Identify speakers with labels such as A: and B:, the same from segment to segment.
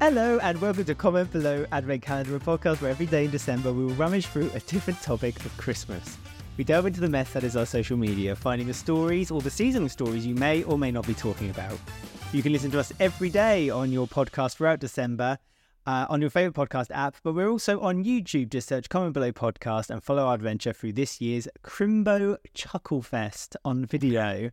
A: Hello and welcome to Comment Below Advent Calendar, a podcast where every day in December we will rummage through a different topic of Christmas. We delve into the mess that is our social media, finding the stories or the seasonal stories you may or may not be talking about. You can listen to us every day on your podcast throughout December uh, on your favourite podcast app, but we're also on YouTube. Just search Comment Below Podcast and follow our adventure through this year's Crimbo Chuckle Fest on video.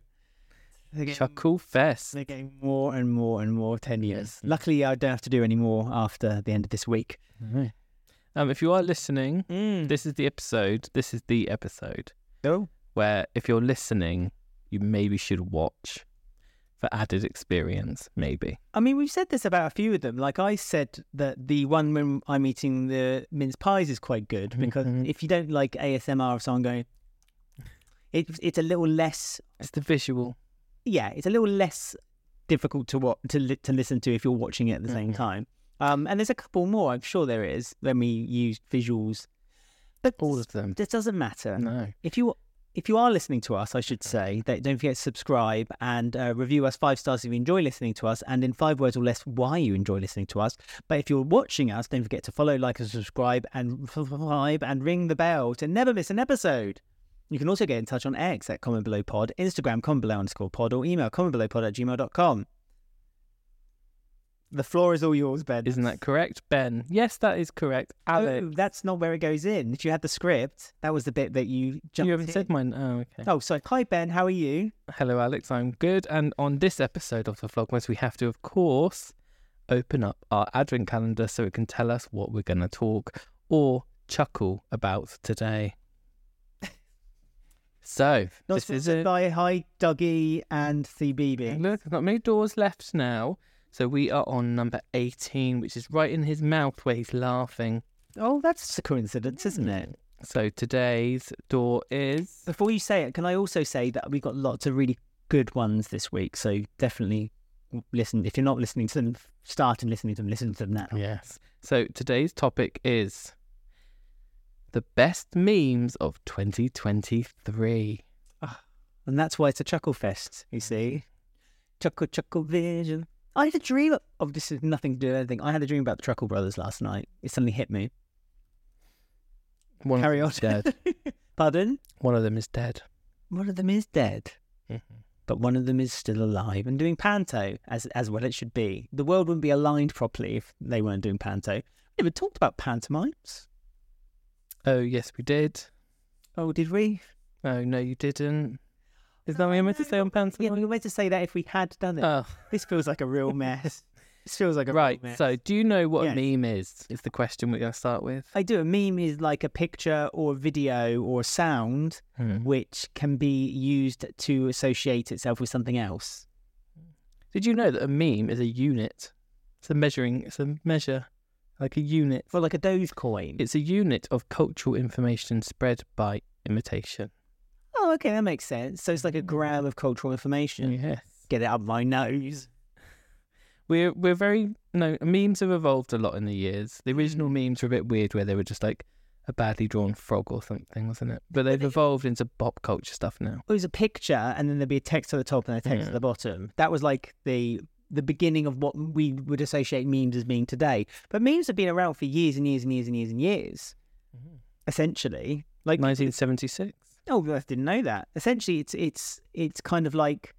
A: They're getting-
B: Chuckle Fest.
A: they're getting more and more and more tenuous. Luckily, I don't have to do any more after the end of this week.
B: Um, if you are listening, this is the episode. This is the episode
A: Oh,
B: where, if you're listening, you maybe should watch for added experience. Maybe.
A: I mean, we've said this about a few of them. Like I said that the one when I'm eating the mince pies is quite good
B: Mm-hmm,
A: because if you don't like ASMR of someone going, it, it's a little less.
B: It's the visual.
A: Yeah, it's a little less difficult to what to li- to listen to if you're watching it at the
B: Mm-hmm.
A: same time. Um, and there's a couple more. I'm sure there is when we use visuals. But
B: All of them.
A: this doesn't matter.
B: No.
A: if you if you are listening to us, I should say, that don't forget to subscribe and uh, review us five stars if you enjoy listening to us, and in five words or less why you enjoy listening to us. But if you're watching us, don't forget to follow, like, and subscribe, and subscribe and ring the bell to never miss an episode. You can also get in touch on X at Comment Below Pod, Instagram comment below underscore pod, or email comment below pod at gmail.com. The floor is all yours, Ben.
B: Isn't that correct, Ben? Yes, that is correct. Alex,
A: Oh, that's not where it goes in. If you had the script, that was the bit that you jumped
B: you haven't
A: in.
B: said mine. Oh, okay.
A: Oh, sorry. Hi, Ben. How are you?
B: Hello, Alex. I'm good. And on this episode of the Vlogmas, we have to, of course, open up our advent calendar so it can tell us what we're going to talk or chuckle about today. so,
A: Not
B: this is
A: sponsored
B: it.
A: by Hi Dougie and CBB.
B: Look, there's not many doors left now. So, we are on number 18, which is right in his mouth where he's laughing.
A: Oh, that's a coincidence, isn't it?
B: So, today's door is.
A: Before you say it, can I also say that we got lots of really good ones this week? So definitely listen. If you're not listening to them, start and listening to them. Listen to them now.
B: Yes. So today's topic is the best memes of 2023.
A: And that's why it's a chuckle fest, you see.
B: Mm-hmm.
A: Chuckle, chuckle vision. I had a dream of oh, this is nothing to do with anything. I had a dream about the Truckle Brothers last night. It suddenly hit me.
B: One
A: Carry
B: of
A: on.
B: them's dead.
A: Pardon?
B: One of them is dead.
A: One of them is dead. but one of them is still alive and doing panto as as well it should be. The world wouldn't be aligned properly if they weren't doing panto. We never talked about pantomimes.
B: Oh yes, we did.
A: Oh, did we?
B: Oh no, you didn't. Is that what you meant to say on
A: Yeah, we
B: pantomime?
A: were meant to say that if we had done it.
B: Oh,
A: this feels like a real mess. this feels like a
B: right.
A: Real mess.
B: So, do you know what
A: Yes.
B: a meme is? Is the question we're going to start with?
A: I do a meme is like a picture or a video or a sound
B: Hmm.
A: which can be used to associate itself with something else.
B: Did you know that a meme is a unit? It's a measuring. It's a measure, like a unit.
A: Well, like a Dogecoin.
B: It's a unit of cultural information spread by imitation.
A: Oh, okay, that makes sense. So it's like a gram of cultural information.
B: Yes.
A: Get it up my nose.
B: We're we're very no memes have evolved a lot in the years. The original
A: Mm.
B: memes were a bit weird, where they were just like a badly drawn frog or something, wasn't it? But they've evolved into pop culture stuff now.
A: it was a picture and then there'd be a text at the top and a text at the bottom. That was like the the beginning of what we would associate memes as being today. But memes have been around for years and years and years and years and years. Essentially, like
B: Nineteen seventy six.
A: oh, I didn't know that. Essentially, it's it's it's kind of like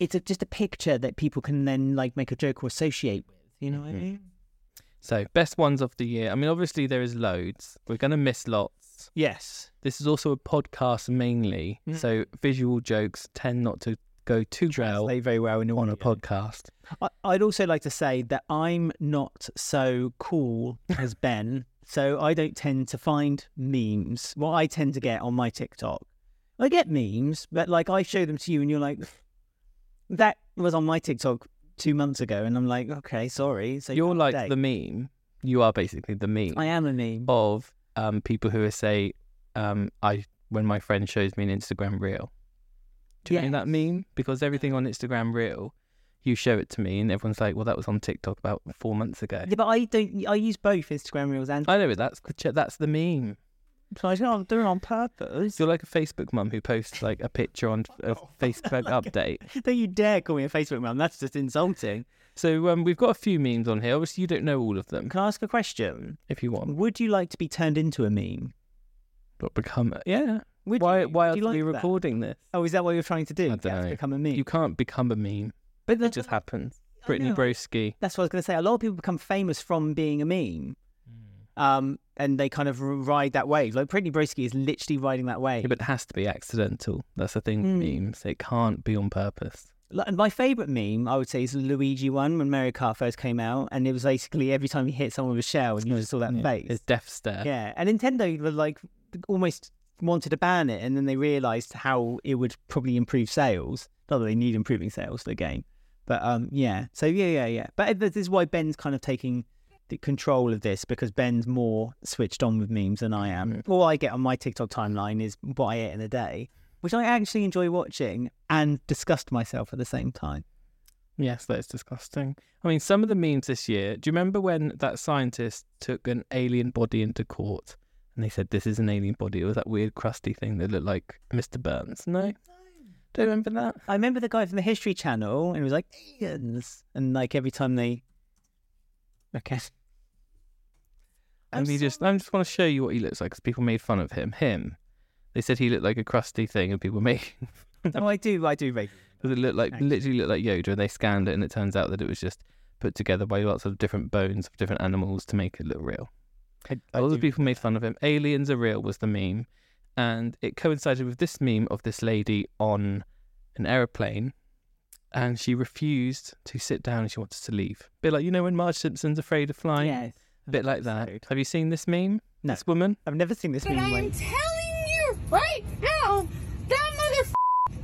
A: it's a, just a picture that people can then like make a joke or associate with. You know what I mean?
B: So best ones of the year. I mean, obviously there is loads. We're gonna miss lots.
A: Yes.
B: This is also a podcast mainly,
A: Mm.
B: so visual jokes tend not to go too well
A: Play very well in
B: on a
A: audio.
B: podcast.
A: I- I'd also like to say that I'm not so cool as Ben, so I don't tend to find memes. What I tend to get on my TikTok, I get memes, but like I show them to you, and you're like, "That was on my TikTok two months ago," and I'm like, "Okay, sorry." So
B: You're like
A: update.
B: the meme. You are basically the meme.
A: I am a meme.
B: of um, people who say, um, "I when my friend shows me an Instagram reel." Do you know that meme? Because everything on Instagram reel, you show it to me, and everyone's like, "Well, that was on TikTok about four months ago."
A: Yeah, but I don't. I use both Instagram reels and
B: I know it. That's the ch- that's the meme.
A: So I don't do it on purpose.
B: You're like a Facebook mum who posts like a picture on a
A: Oh,
B: Facebook update.
A: Don't you dare call me a Facebook mum. That's just insulting.
B: So um, we've got a few memes on here. Obviously, you don't know all of them.
A: Can I ask a question?
B: If you want,
A: Would you like to be turned into a meme?
B: but become a, yeah.
A: Would
B: why
A: you?
B: why
A: Would
B: else
A: you
B: are we
A: like that?
B: recording this?
A: Oh, is that what you're trying to do?
B: I
A: You have to
B: dunno.
A: become a meme.
B: You can't become a meme.
A: but
B: It
A: that's,
B: just happens.
A: I
B: Brittany
A: know.
B: Broski.
A: that's what I was going to say. A lot of people become famous from being a meme.
B: Hmm.
A: Um, and they kind of r- ride that wave. Like Brittany Broski is literally riding that wave.
B: Yeah, but it has to be accidental. That's the thing with
A: Mm.
B: memes. It can't be on purpose.
A: Like, and my favorite meme, I would say, is the Luigi one when Mario Kart first came out, and it was basically every time you hit someone with a shell, and you just saw that
B: Yeah,
A: face.
B: It's death stare.
A: Yeah, and Nintendo were like almost wanted to ban it, and then they realized how it would probably improve sales. Not that they need improving sales for the game, but um, yeah. So yeah, yeah, yeah. But this is why Ben's kind of taking the control of this because Ben's more switched on with memes than I am. All I get on my TikTok timeline is what I ate in a day, which I actually enjoy watching and disgust myself at the same time.
B: Yes, that's disgusting. I mean, some of the memes this year. Do you remember when that scientist took an alien body into court and they said this is an alien body? It was that weird crusty thing that looked like Mr. Burns. No, no. do you remember that?
A: I remember the guy from the History Channel, and he was like aliens, and like every time they. Okay.
B: And he just, I just want to show you what he looks like because people made fun of him. Him. They said he looked like a crusty thing, and people made
A: Oh, I do, I do. Rate.
B: because it looked like
A: Nice.
B: literally looked like Yoda. And they scanned it, and it turns out that it was just put together by lots of different bones of different animals to make it look real.
A: I,
B: A lot of people made fun of him. Aliens are real was the meme, and it coincided with this meme of this lady on an aeroplane, and she refused to sit down and she wanted to leave. bit like you know when Marge Simpson's afraid of flying.
A: Yes.
B: bit like that.
A: Episode.
B: Have you seen this meme?
A: No.
B: This woman.
A: I've never seen this
C: But
A: meme.
C: I'm
A: Like,
C: telling you right now, that mother,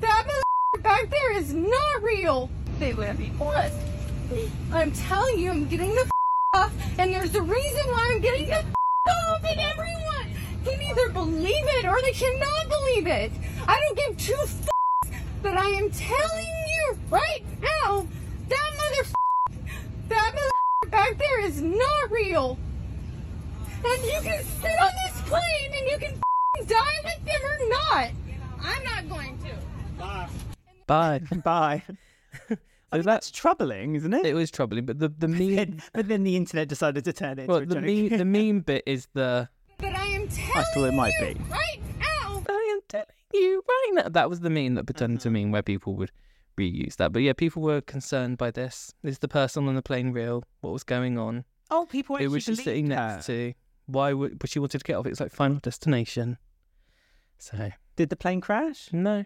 C: that mother back there is not real. They let me on. I'm telling you, I'm getting the f- off, and there's a reason why I'm getting the f- off, and everyone can either believe it or they cannot believe it. I don't give two f- but I am telling you right now, that mother, that mother back there is not real. And you can sit on this plane and you can f***ing die with them or not. I'm not going to.
B: Bye.
A: bye.
B: so
A: That's
B: that's
A: troubling, isn't it?
B: it was troubling, but the the meme.
A: Then- but then the internet decided to turn it
B: well,
A: into
B: the
A: a
B: meme,
A: joke.
B: the meme bit is the.
C: But I am telling
A: I thought it might
C: you
A: be.
C: right now.
B: I am telling you right now. That was the meme that pretended
A: Mm-hmm.
B: to mean where people would reuse that. But yeah, people were concerned by this. Is the person on the plane real? What was going on?
A: Oh, people
B: Who was she sitting next to? Why would but she wanted to get off? It's like Final Destination. So
A: Did the plane crash?
B: no,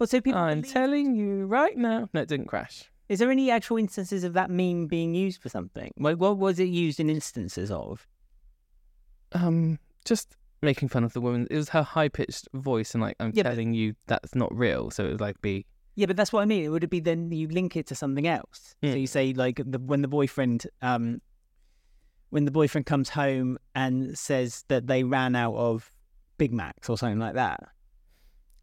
A: Well, so people.
B: I'm
A: believe-
B: telling you right now. No, it didn't crash.
A: Is there any actual instances of that meme being used for something? Like, what was it used in instances of?
B: Um, just making fun of the woman. It was her high pitched voice and like I'm
A: Yeah, but-
B: telling you that's not real. So it would like be
A: Yeah, but that's what I mean. It would be then you link it to something else.
B: Yeah.
A: So you say like the, when the boyfriend, um, when the boyfriend comes home and says that they ran out of Big Macs or something like that.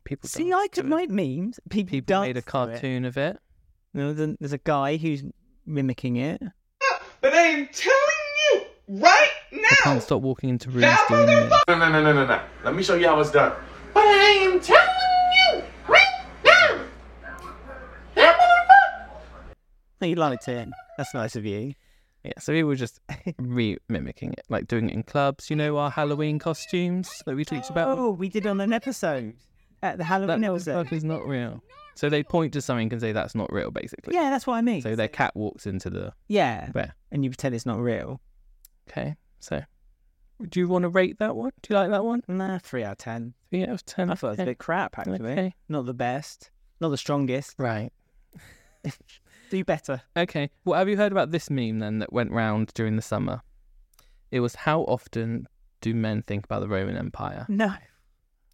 B: people.
A: See,
B: danced
A: I could
B: to
A: make
B: it.
A: memes. People,
B: people made a
A: dance to it.
B: cartoon of it.
A: You know, then There's a guy who's mimicking it.
D: But I am telling you right
B: I
D: now.
B: can't stop walking into rooms
D: That
B: doing this.
D: motherfucker. No, no, no, no, no, no. Let me show you how it's done. But I am telling you right now. That motherfucker.
A: No, you liked it. That's nice of you.
B: Yeah, so we were just re mimicking it, like doing it in clubs. You know, our Halloween costumes that we talked about.
A: Oh, we did on an episode at the Halloween.
B: that
A: episode.
B: stuff is not real. So they point to something and say that's not real, basically.
A: Yeah, that's what I mean.
B: So their cat walks into the
A: yeah,
B: where?
A: and you pretend it's not real.
B: Okay. So do you want to rate that one? Do you like that one?
A: Nah, three out of ten.
B: Three out of ten.
A: Mm. I thought it was a
B: Okay.
A: bit crap actually.
B: Okay.
A: Not the best. Not the strongest.
B: Right.
A: Do better.
B: Okay. Well, have you heard about this meme then that went round during the summer? It was how often do men think about the Roman Empire?
A: No.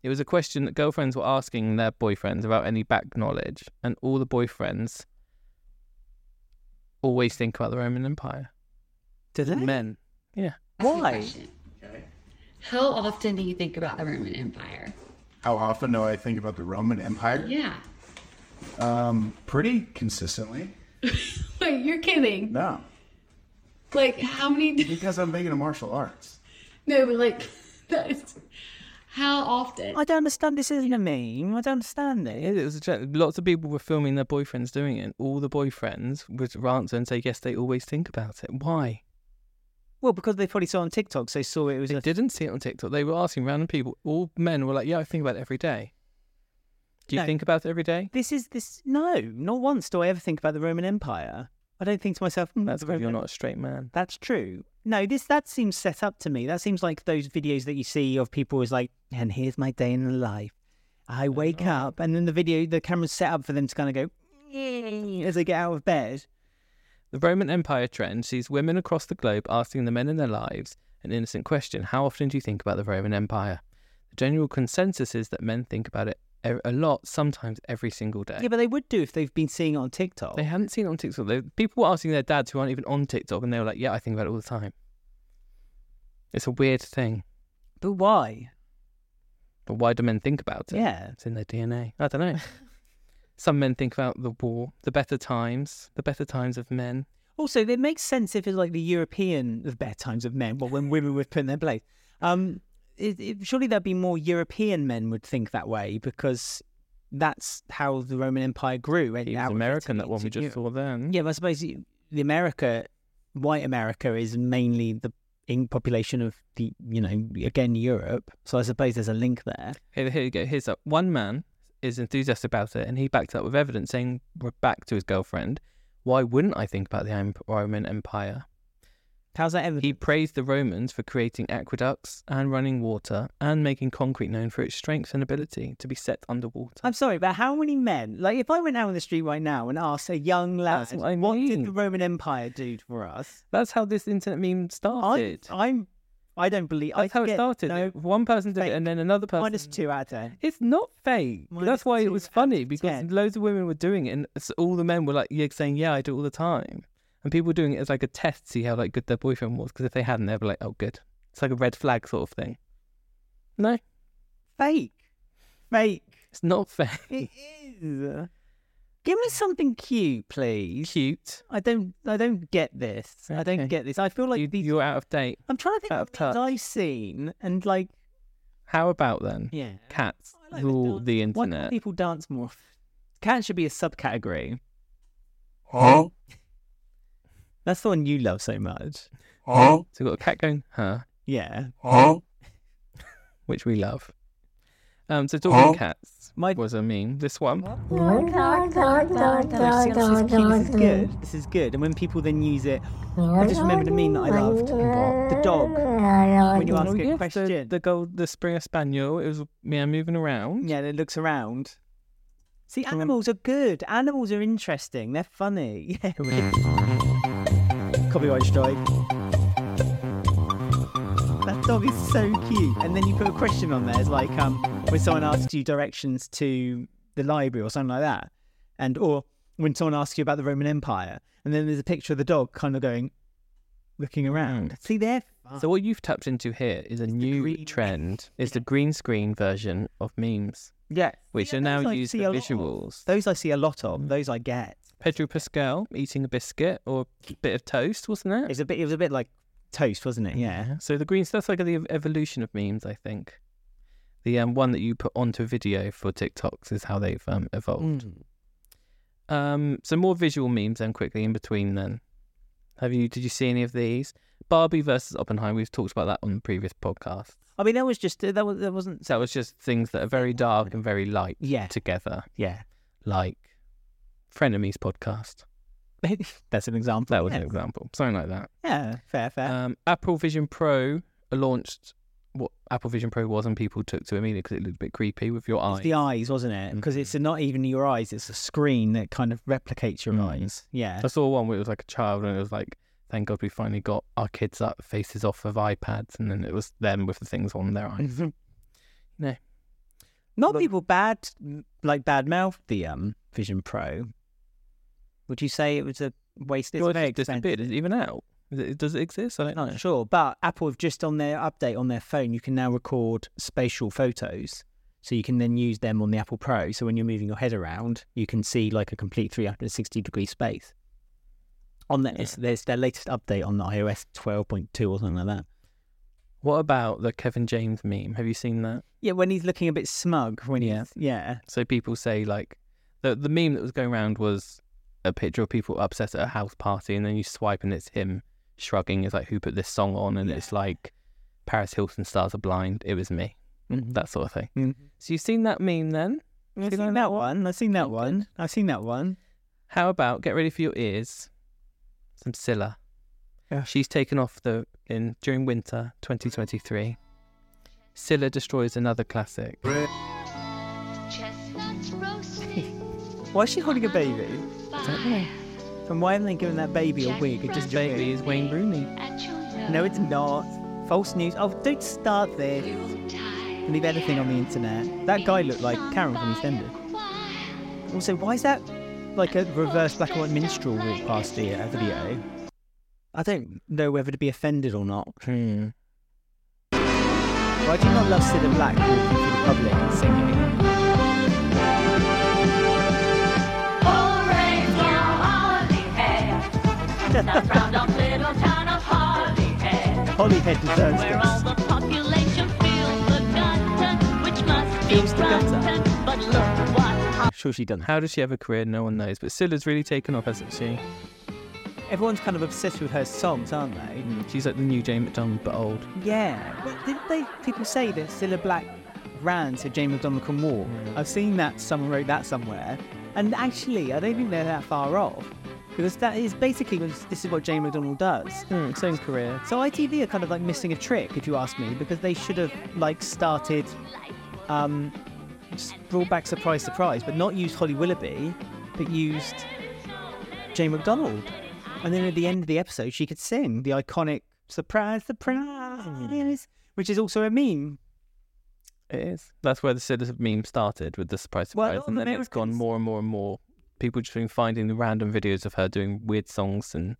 B: It was a question that girlfriends were asking their boyfriends about any back knowledge, and all the boyfriends always think about the Roman Empire.
A: Did it?
B: Men. Yeah.
E: Ask me a
A: Why?
E: question. How often do you think about the Roman Empire?
F: How often do I think about the Roman Empire?
E: Yeah.
F: Um, pretty consistently.
E: Wait, you're kidding.
F: No,
E: Like, how many?
F: because I'm big into martial arts.
E: No, but like, That is how often.
A: I don't understand. This isn't a meme. I don't understand it.
B: It was a gen- lots of people were filming their boyfriends doing it. and All the boyfriends would answer and say, "Yes, they always think about it." Why?
A: Well, because they probably saw on TikTok, so they saw it was
B: They
A: a
B: didn't see it on TikTok. They were asking random people. All men were like, "Yeah, I think about it every day." Do you
A: No.
B: think about it every day?
A: This is this. No, not once do I ever think about the Roman Empire. I don't think to myself, mm,
B: That's
A: the Roman
B: because you're not a straight man.
A: That's true. No, this that seems set up to me. That seems like those videos that you see of people is like, and here's my day in the life. I wake up, and then the video, the camera's set up for them to kind of go as they get out of bed.
B: The Roman Empire trend sees women across the globe asking the men in their lives an innocent question How often do you think about the Roman Empire? The general consensus is that men think about it e- a lot, sometimes every single day.
A: Yeah, but they would do if they've been seeing it on TikTok.
B: They hadn't seen it on TikTok. They, people were asking their dads who aren't even on TikTok, and they were like, Yeah, I think about it all the time. It's a weird thing.
A: But why?
B: But why do men think about it?
A: Yeah.
B: It's in their DNA. I don't know. Some men think about the war, the better times, the better times of men.
A: Also, it makes sense if it's like the European the bad times of men, well, when women would put in their place. Um, it, it, surely there'd be more European men would think that way because that's how the Roman Empire grew. and
B: He
A: out
B: was
A: of
B: American,
A: Italy
B: that one
A: to
B: we just
A: Europe.
B: saw then.
A: Yeah, but I suppose you- the America, white America, is mainly the in population of the you know again Europe. So I suppose there's a link there.
B: Here, here you go. Here's up. One man is enthusiastic about it, and he backed up with evidence, saying we're back to his girlfriend. Why wouldn't I think about the Em- Roman Empire?
A: How's that ever?
B: He praised the Romans for creating aqueducts and running water, and making concrete known for its strength and ability to be set underwater.
A: I'm sorry, but how many men? Like, if I went out on the street right now and asked a young lad,
B: That's what I
A: did
B: mean.
A: the Roman Empire do for us?"
B: That's how this internet meme
A: I,
B: started.
A: I'm, I don't believe.
B: That's
A: I
B: how it
A: get-
B: started.
A: No,
B: One person did
A: fake.
B: it, and then another person.
A: minus two out of ten.
B: It's not fake.
A: Minus
B: That's why
A: two
B: it was
A: out
B: funny
A: of
B: because
A: 10.
B: loads of women were doing it, and s- all the men were like, yeah, saying, "Yeah, I do it all the time." And people were doing it as like a test, to see how like good their boyfriend was. Because if they hadn't, they'd be like, "Oh, good." It's like a red flag sort of thing. No,
A: Fake, fake.
B: it's not fake.
A: It is. Give me something cute, please.
B: Cute.
A: I don't. I don't get this. I don't
B: Okay.
A: get this. I feel like
B: you,
A: these
B: you're out of date.
A: I'm trying to think
B: Out
A: of
B: of
A: things
B: touch.
A: I've seen and like
B: How about then?
A: yeah. Oh,
B: Cats
A: I like the
B: rule
A: dance-
B: the
A: Why can't
B: internet.
A: people dance more? Cat should be a subcategory.
F: Huh?
A: That's the one you love so much.
F: Huh?
B: So we've got a cat going, huh?
A: Yeah.
F: Huh?
B: Which we love. Um, so talking
F: Huh?
B: cats
A: My-
B: was a meme. This one.
A: No, see, this, is cute. this is good. This is good. And when people then use it, I just remembered a meme that I loved. The dog. When you ask
B: Oh,
A: a
B: yes,
A: question,
B: The, the gold, the Springer Spaniel. It was yeah, moving around.
A: yeah, and it looks around. See,
B: on.
A: animals are good. Animals are interesting. They're funny. Yeah. Copyright strike. That dog is so cute. And then you put a question on there. It's like um, when someone asks you directions to the library or something like that, and or when someone asks you about the Roman Empire, and then there's a picture of the dog kind of going, looking around. See there.
B: So what you've tapped into here is a new
A: Ah. green-
B: trend. It's the green screen version of memes,
A: yeah,
B: which
A: Yeah,
B: are now
A: those I
B: used for
A: see a lot of.
B: visuals.
A: Those I see a lot of. Those I get.
B: Pedro Pascal eating a biscuit or a bit of toast, wasn't it?
A: It's a bit. It was a bit like toast, wasn't it? Yeah.
B: So the green that's like the ev- evolution of memes, I think. The um, one that you put onto a video for TikToks is how they've um,
A: Hmm.
B: evolved.
A: Mm.
B: Um, so more visual memes then quickly in between then. Have you did you see any of these? Barbie versus Oppenheimer. We've talked about that on previous podcasts.
A: I mean, that was just that was that wasn't.
B: So it's just things that are very dark and very light
A: Yeah.
B: together,
A: Yeah.
B: like Frenemies podcast.
A: That's an example.
B: That was
A: yeah. Uh,
B: an example, something like that.
A: Yeah. Fair. Fair.
B: Um, Apple Vision Pro launched what Apple Vision Pro was, and people took to it immediately because it looked a bit creepy with your
A: It's
B: eye.
A: the eyes, Mm-hmm. wasn't it? Because it's not even your eyes; it's a screen that kind of replicates your
B: Mm.
A: eyes. Yeah,
B: I saw one where it was like a child, and it was like, "Thank God we finally got our kids up faces off of iPads," and then it was them with the things on their eyes. No.
A: Not
B: Look-
A: people bad, like bad mouth the um Vision Pro. Would you say it was a waste? It's
B: Yours
A: very
B: just disappeared. Is it even out? Is it, does it exist? I don't
A: expensive.
B: know.
A: Not sure, but Apple have just on their update on their phone, you can now record spatial photos, so you can then use them on the Apple Pro. So when you're moving your head around, you can see like a complete 360 degree space. On that, it's there's their latest update on the iOS 12.2 or something like that.
B: What about the Kevin James meme? Have you seen that?
A: Yeah, when he's looking a bit smug, when he's yeah,
B: So people say like the the meme that was going around was a picture of people upset at a house party, and then you swipe and it's him shrugging. It's like who put this song on, and it's like Paris Hilton stars are blind. It was me. That sort of thing.
A: Mhm.
B: So you've seen that meme then?
A: I've seen that one. I've seen that one. I've seen that one.
B: How about get ready for your ears? Some Scylla.
A: Yeah.
B: She's taken off the in during winter 2023. Scylla destroys another classic.
G: Chestnuts roasting.
A: Why is she holding a baby?
G: by
A: And why haven't they given that baby a wig? It just
B: Baby is Wayne Rooney.
G: at your
A: No, it's not. False news. Oh, don't start this.
G: noontide.
A: Leave anything on the internet. That guy looked like Karen from EastEnders. Also, why is that like a reverse black and white minstrel walk past the uh, video? I don't know whether to be offended or not.
B: Hmm.
A: Why do you not love Sid and Black walking through the public and singing? Hollyhead deserves this. Feels the gutter. I'm sure she done that.
B: How does she have a career? No one knows. But Scylla's really taken off, hasn't she?
A: Everyone's kind of obsessed with her songs, aren't they?
B: She's like the new Jane McDonald, but old.
A: Yeah. But didn't they people say that Cilla Black ran so Jane McDonald can walk?
B: Mm.
A: I've seen that someone wrote that somewhere. And actually I don't think they're that far off. Because that is basically was- this is what Jane McDonald does.
B: Hmm, same career.
A: So ITV are kind of like missing a trick, if you ask me, because they should have like started, um, s- brought back Surprise Surprise, but not used Holly Willoughby, but used Jane McDonald. And then at the end of the episode, she could sing the iconic Surprise Surprise, which is also a meme.
B: It is. That's where the Scylla meme started with the surprise
A: Well,
B: surprise,
A: all
B: and
A: the
B: then it's gone
A: Americans-
B: more and more and more. People just been finding the random videos of her doing weird songs, and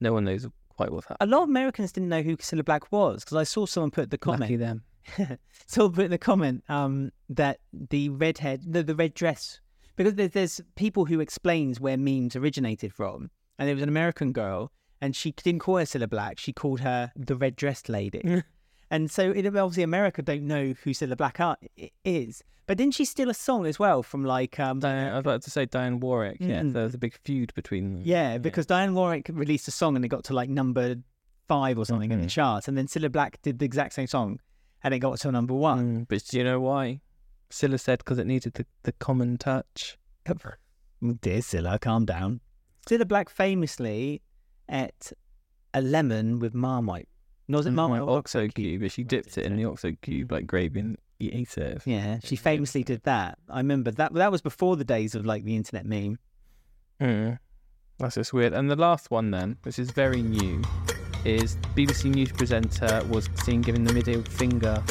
B: no one knows quite what's happening.
A: A lot of Americans didn't know who Cilla Black was because I saw someone put the comment.
B: Lucky them.
A: Someone put in the comment um, that the redhead, the, the red dress, because there's, there's people who explains where memes originated from, and there was an American girl, and she didn't call her Cilla Black, she called her the red dressed lady, and so it, obviously America don't know who Cilla Black are, i- is, but didn't she steal a song as well from like um,
B: Diane, I was about to say Diane Warwick. Yeah,
A: Mm.
B: there was a big feud between them.
A: yeah, because Diane Warwick released a song and it got to like number five or something in the charts, and then Cilla Black did the exact same song, and it got to number one.
B: Mm, but do you know why? Scylla said because it needed the, the common touch.
A: Mm. Dear Scylla, calm down. Scylla Black famously ate a lemon with Marmite. No, was it Marmite? or
B: Mm, Oxo cube, but she dipped it in the Oxo cube like gravy and you ate it.
A: Yeah, she famously did that. I remember that. That was before the days of like the internet meme.
B: Mm. That's just weird. And the last one then, which is very new, is BBC News presenter was seen giving the middle finger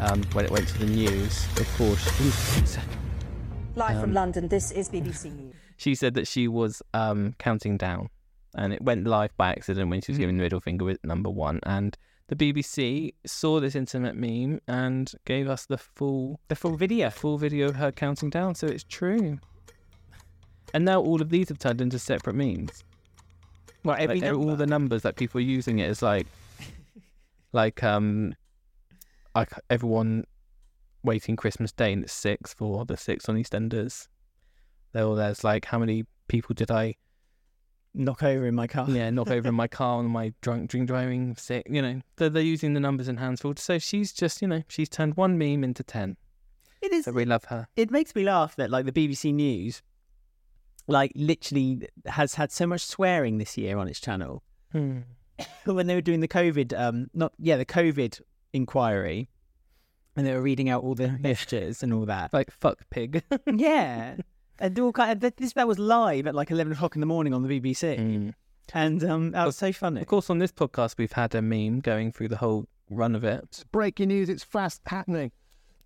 B: um, when it went to the news. Of course,
H: Live from London, this is BBC News.
B: she said that she was um, counting down, and it went live by accident when she
A: Hmm.
B: was giving the middle finger with number one. And the BBC saw this internet meme and gave us the full
A: The full video.
B: full video of her counting down. So it's true. And now all of these have turned into separate memes.
A: Well, every
B: like, they're all the numbers that people are using it is like like um like everyone waiting christmas day and it's six for the six on eastenders there all there's like how many people did i
A: knock over in my car.
B: yeah knock over in my car on my drunk drink driving sick you know so they're using the numbers in hands full so she's just you know she's turned one meme into ten
A: It is
B: so we love her
A: it makes me laugh that like the BBC News, like literally has had so much swearing this year on its channel.
B: Hmm.
A: when they were doing the COVID, um, not yeah, the COVID inquiry, and they were reading out all the messages and all that.
B: like fuck pig
A: yeah, and all kind of, that- this that was live at like eleven o'clock in the morning on the BBC, and um, that was so funny.
B: Hmm. of course on this podcast we've had a meme going through the whole run of it
I: Breaking news, it's fast happening.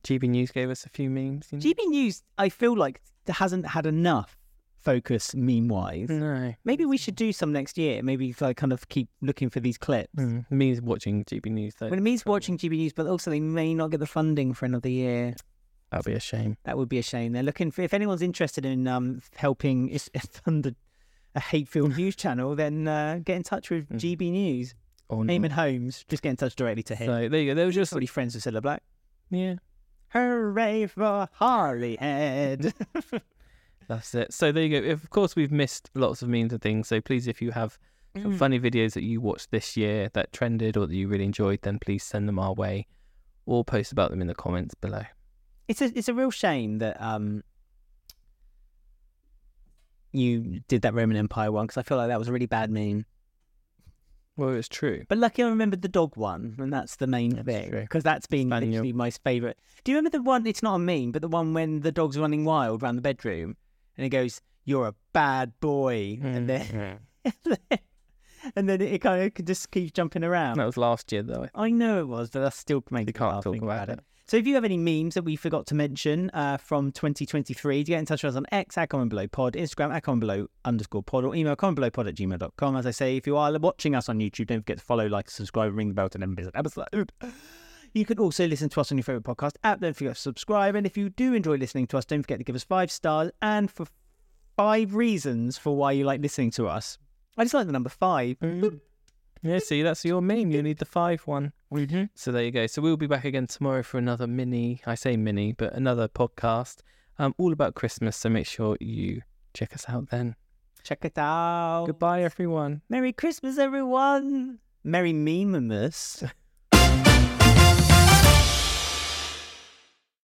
B: GB News gave us a few memes. You know?
A: GB News, I feel like hasn't had enough focus meme wise.
B: no.
A: Maybe we should do some next year. Maybe like kind of keep looking for these clips.
B: Mm. Memes watching GB News though.
A: Well, it means watching GB News, but also they may not get the funding for another year.
B: That'd be a shame.
A: That would be a shame. They're looking for if anyone's interested in um helping s- fund a, a hate film news channel, then uh, get in touch with GB News.
B: on.
A: Eamon Holmes, just get in touch directly to him.
B: Mm-hmm. So there you go. There was
A: just
B: just
A: already friends with Cilla Black.
B: yeah.
A: Hooray for Harley Head.
B: That's it. So there you go. Of course, we've missed lots of memes and things. So please, if you have some funny videos that you watched this year that trended or that you really enjoyed, then please send them our way or post about them in the comments below.
A: it's a it's a real shame that um you did that Roman Empire one because I feel like that was a really bad meme.
B: Well, it's true.
A: But lucky I remembered the dog one, and that's the main
B: That's
A: thing
B: true.
A: because that's been
B: Spaniel.
A: literally my favourite. Do you remember the one? It's not a meme, but the one when the dog's running wild around the bedroom, and it goes, "You're a bad boy," and then and then it kind of just keeps jumping around.
B: Mm-hmm. that was last year, though.
A: I know it was, but that still makes me
B: can't
A: laugh
B: talk
A: thinking
B: about it.
A: So if you have any memes that we forgot to mention uh, from 2023, to get in touch with us on X at Common Below Pod, Instagram at Common Below underscore pod, or email commonbelowpod at gmail.com. As I say, if you are watching us on YouTube, don't forget to follow, like, subscribe, ring the bell to never miss an episode. You can also listen to us on your favourite podcast app. Don't forget to subscribe. And if you do enjoy listening to us, don't forget to give us five stars and for five reasons for why you like listening to us. I just like the number five.
B: Mm. Yeah, see, that's your meme. You need the five one.
I: Mm-hmm.
B: So there you go. So we'll be back again tomorrow for another mini, I say mini, but another podcast um, all about Christmas. So make sure you check us out then.
A: Check it out.
B: Oh. Goodbye, everyone.
A: Merry Christmas, everyone. Merry Mememus.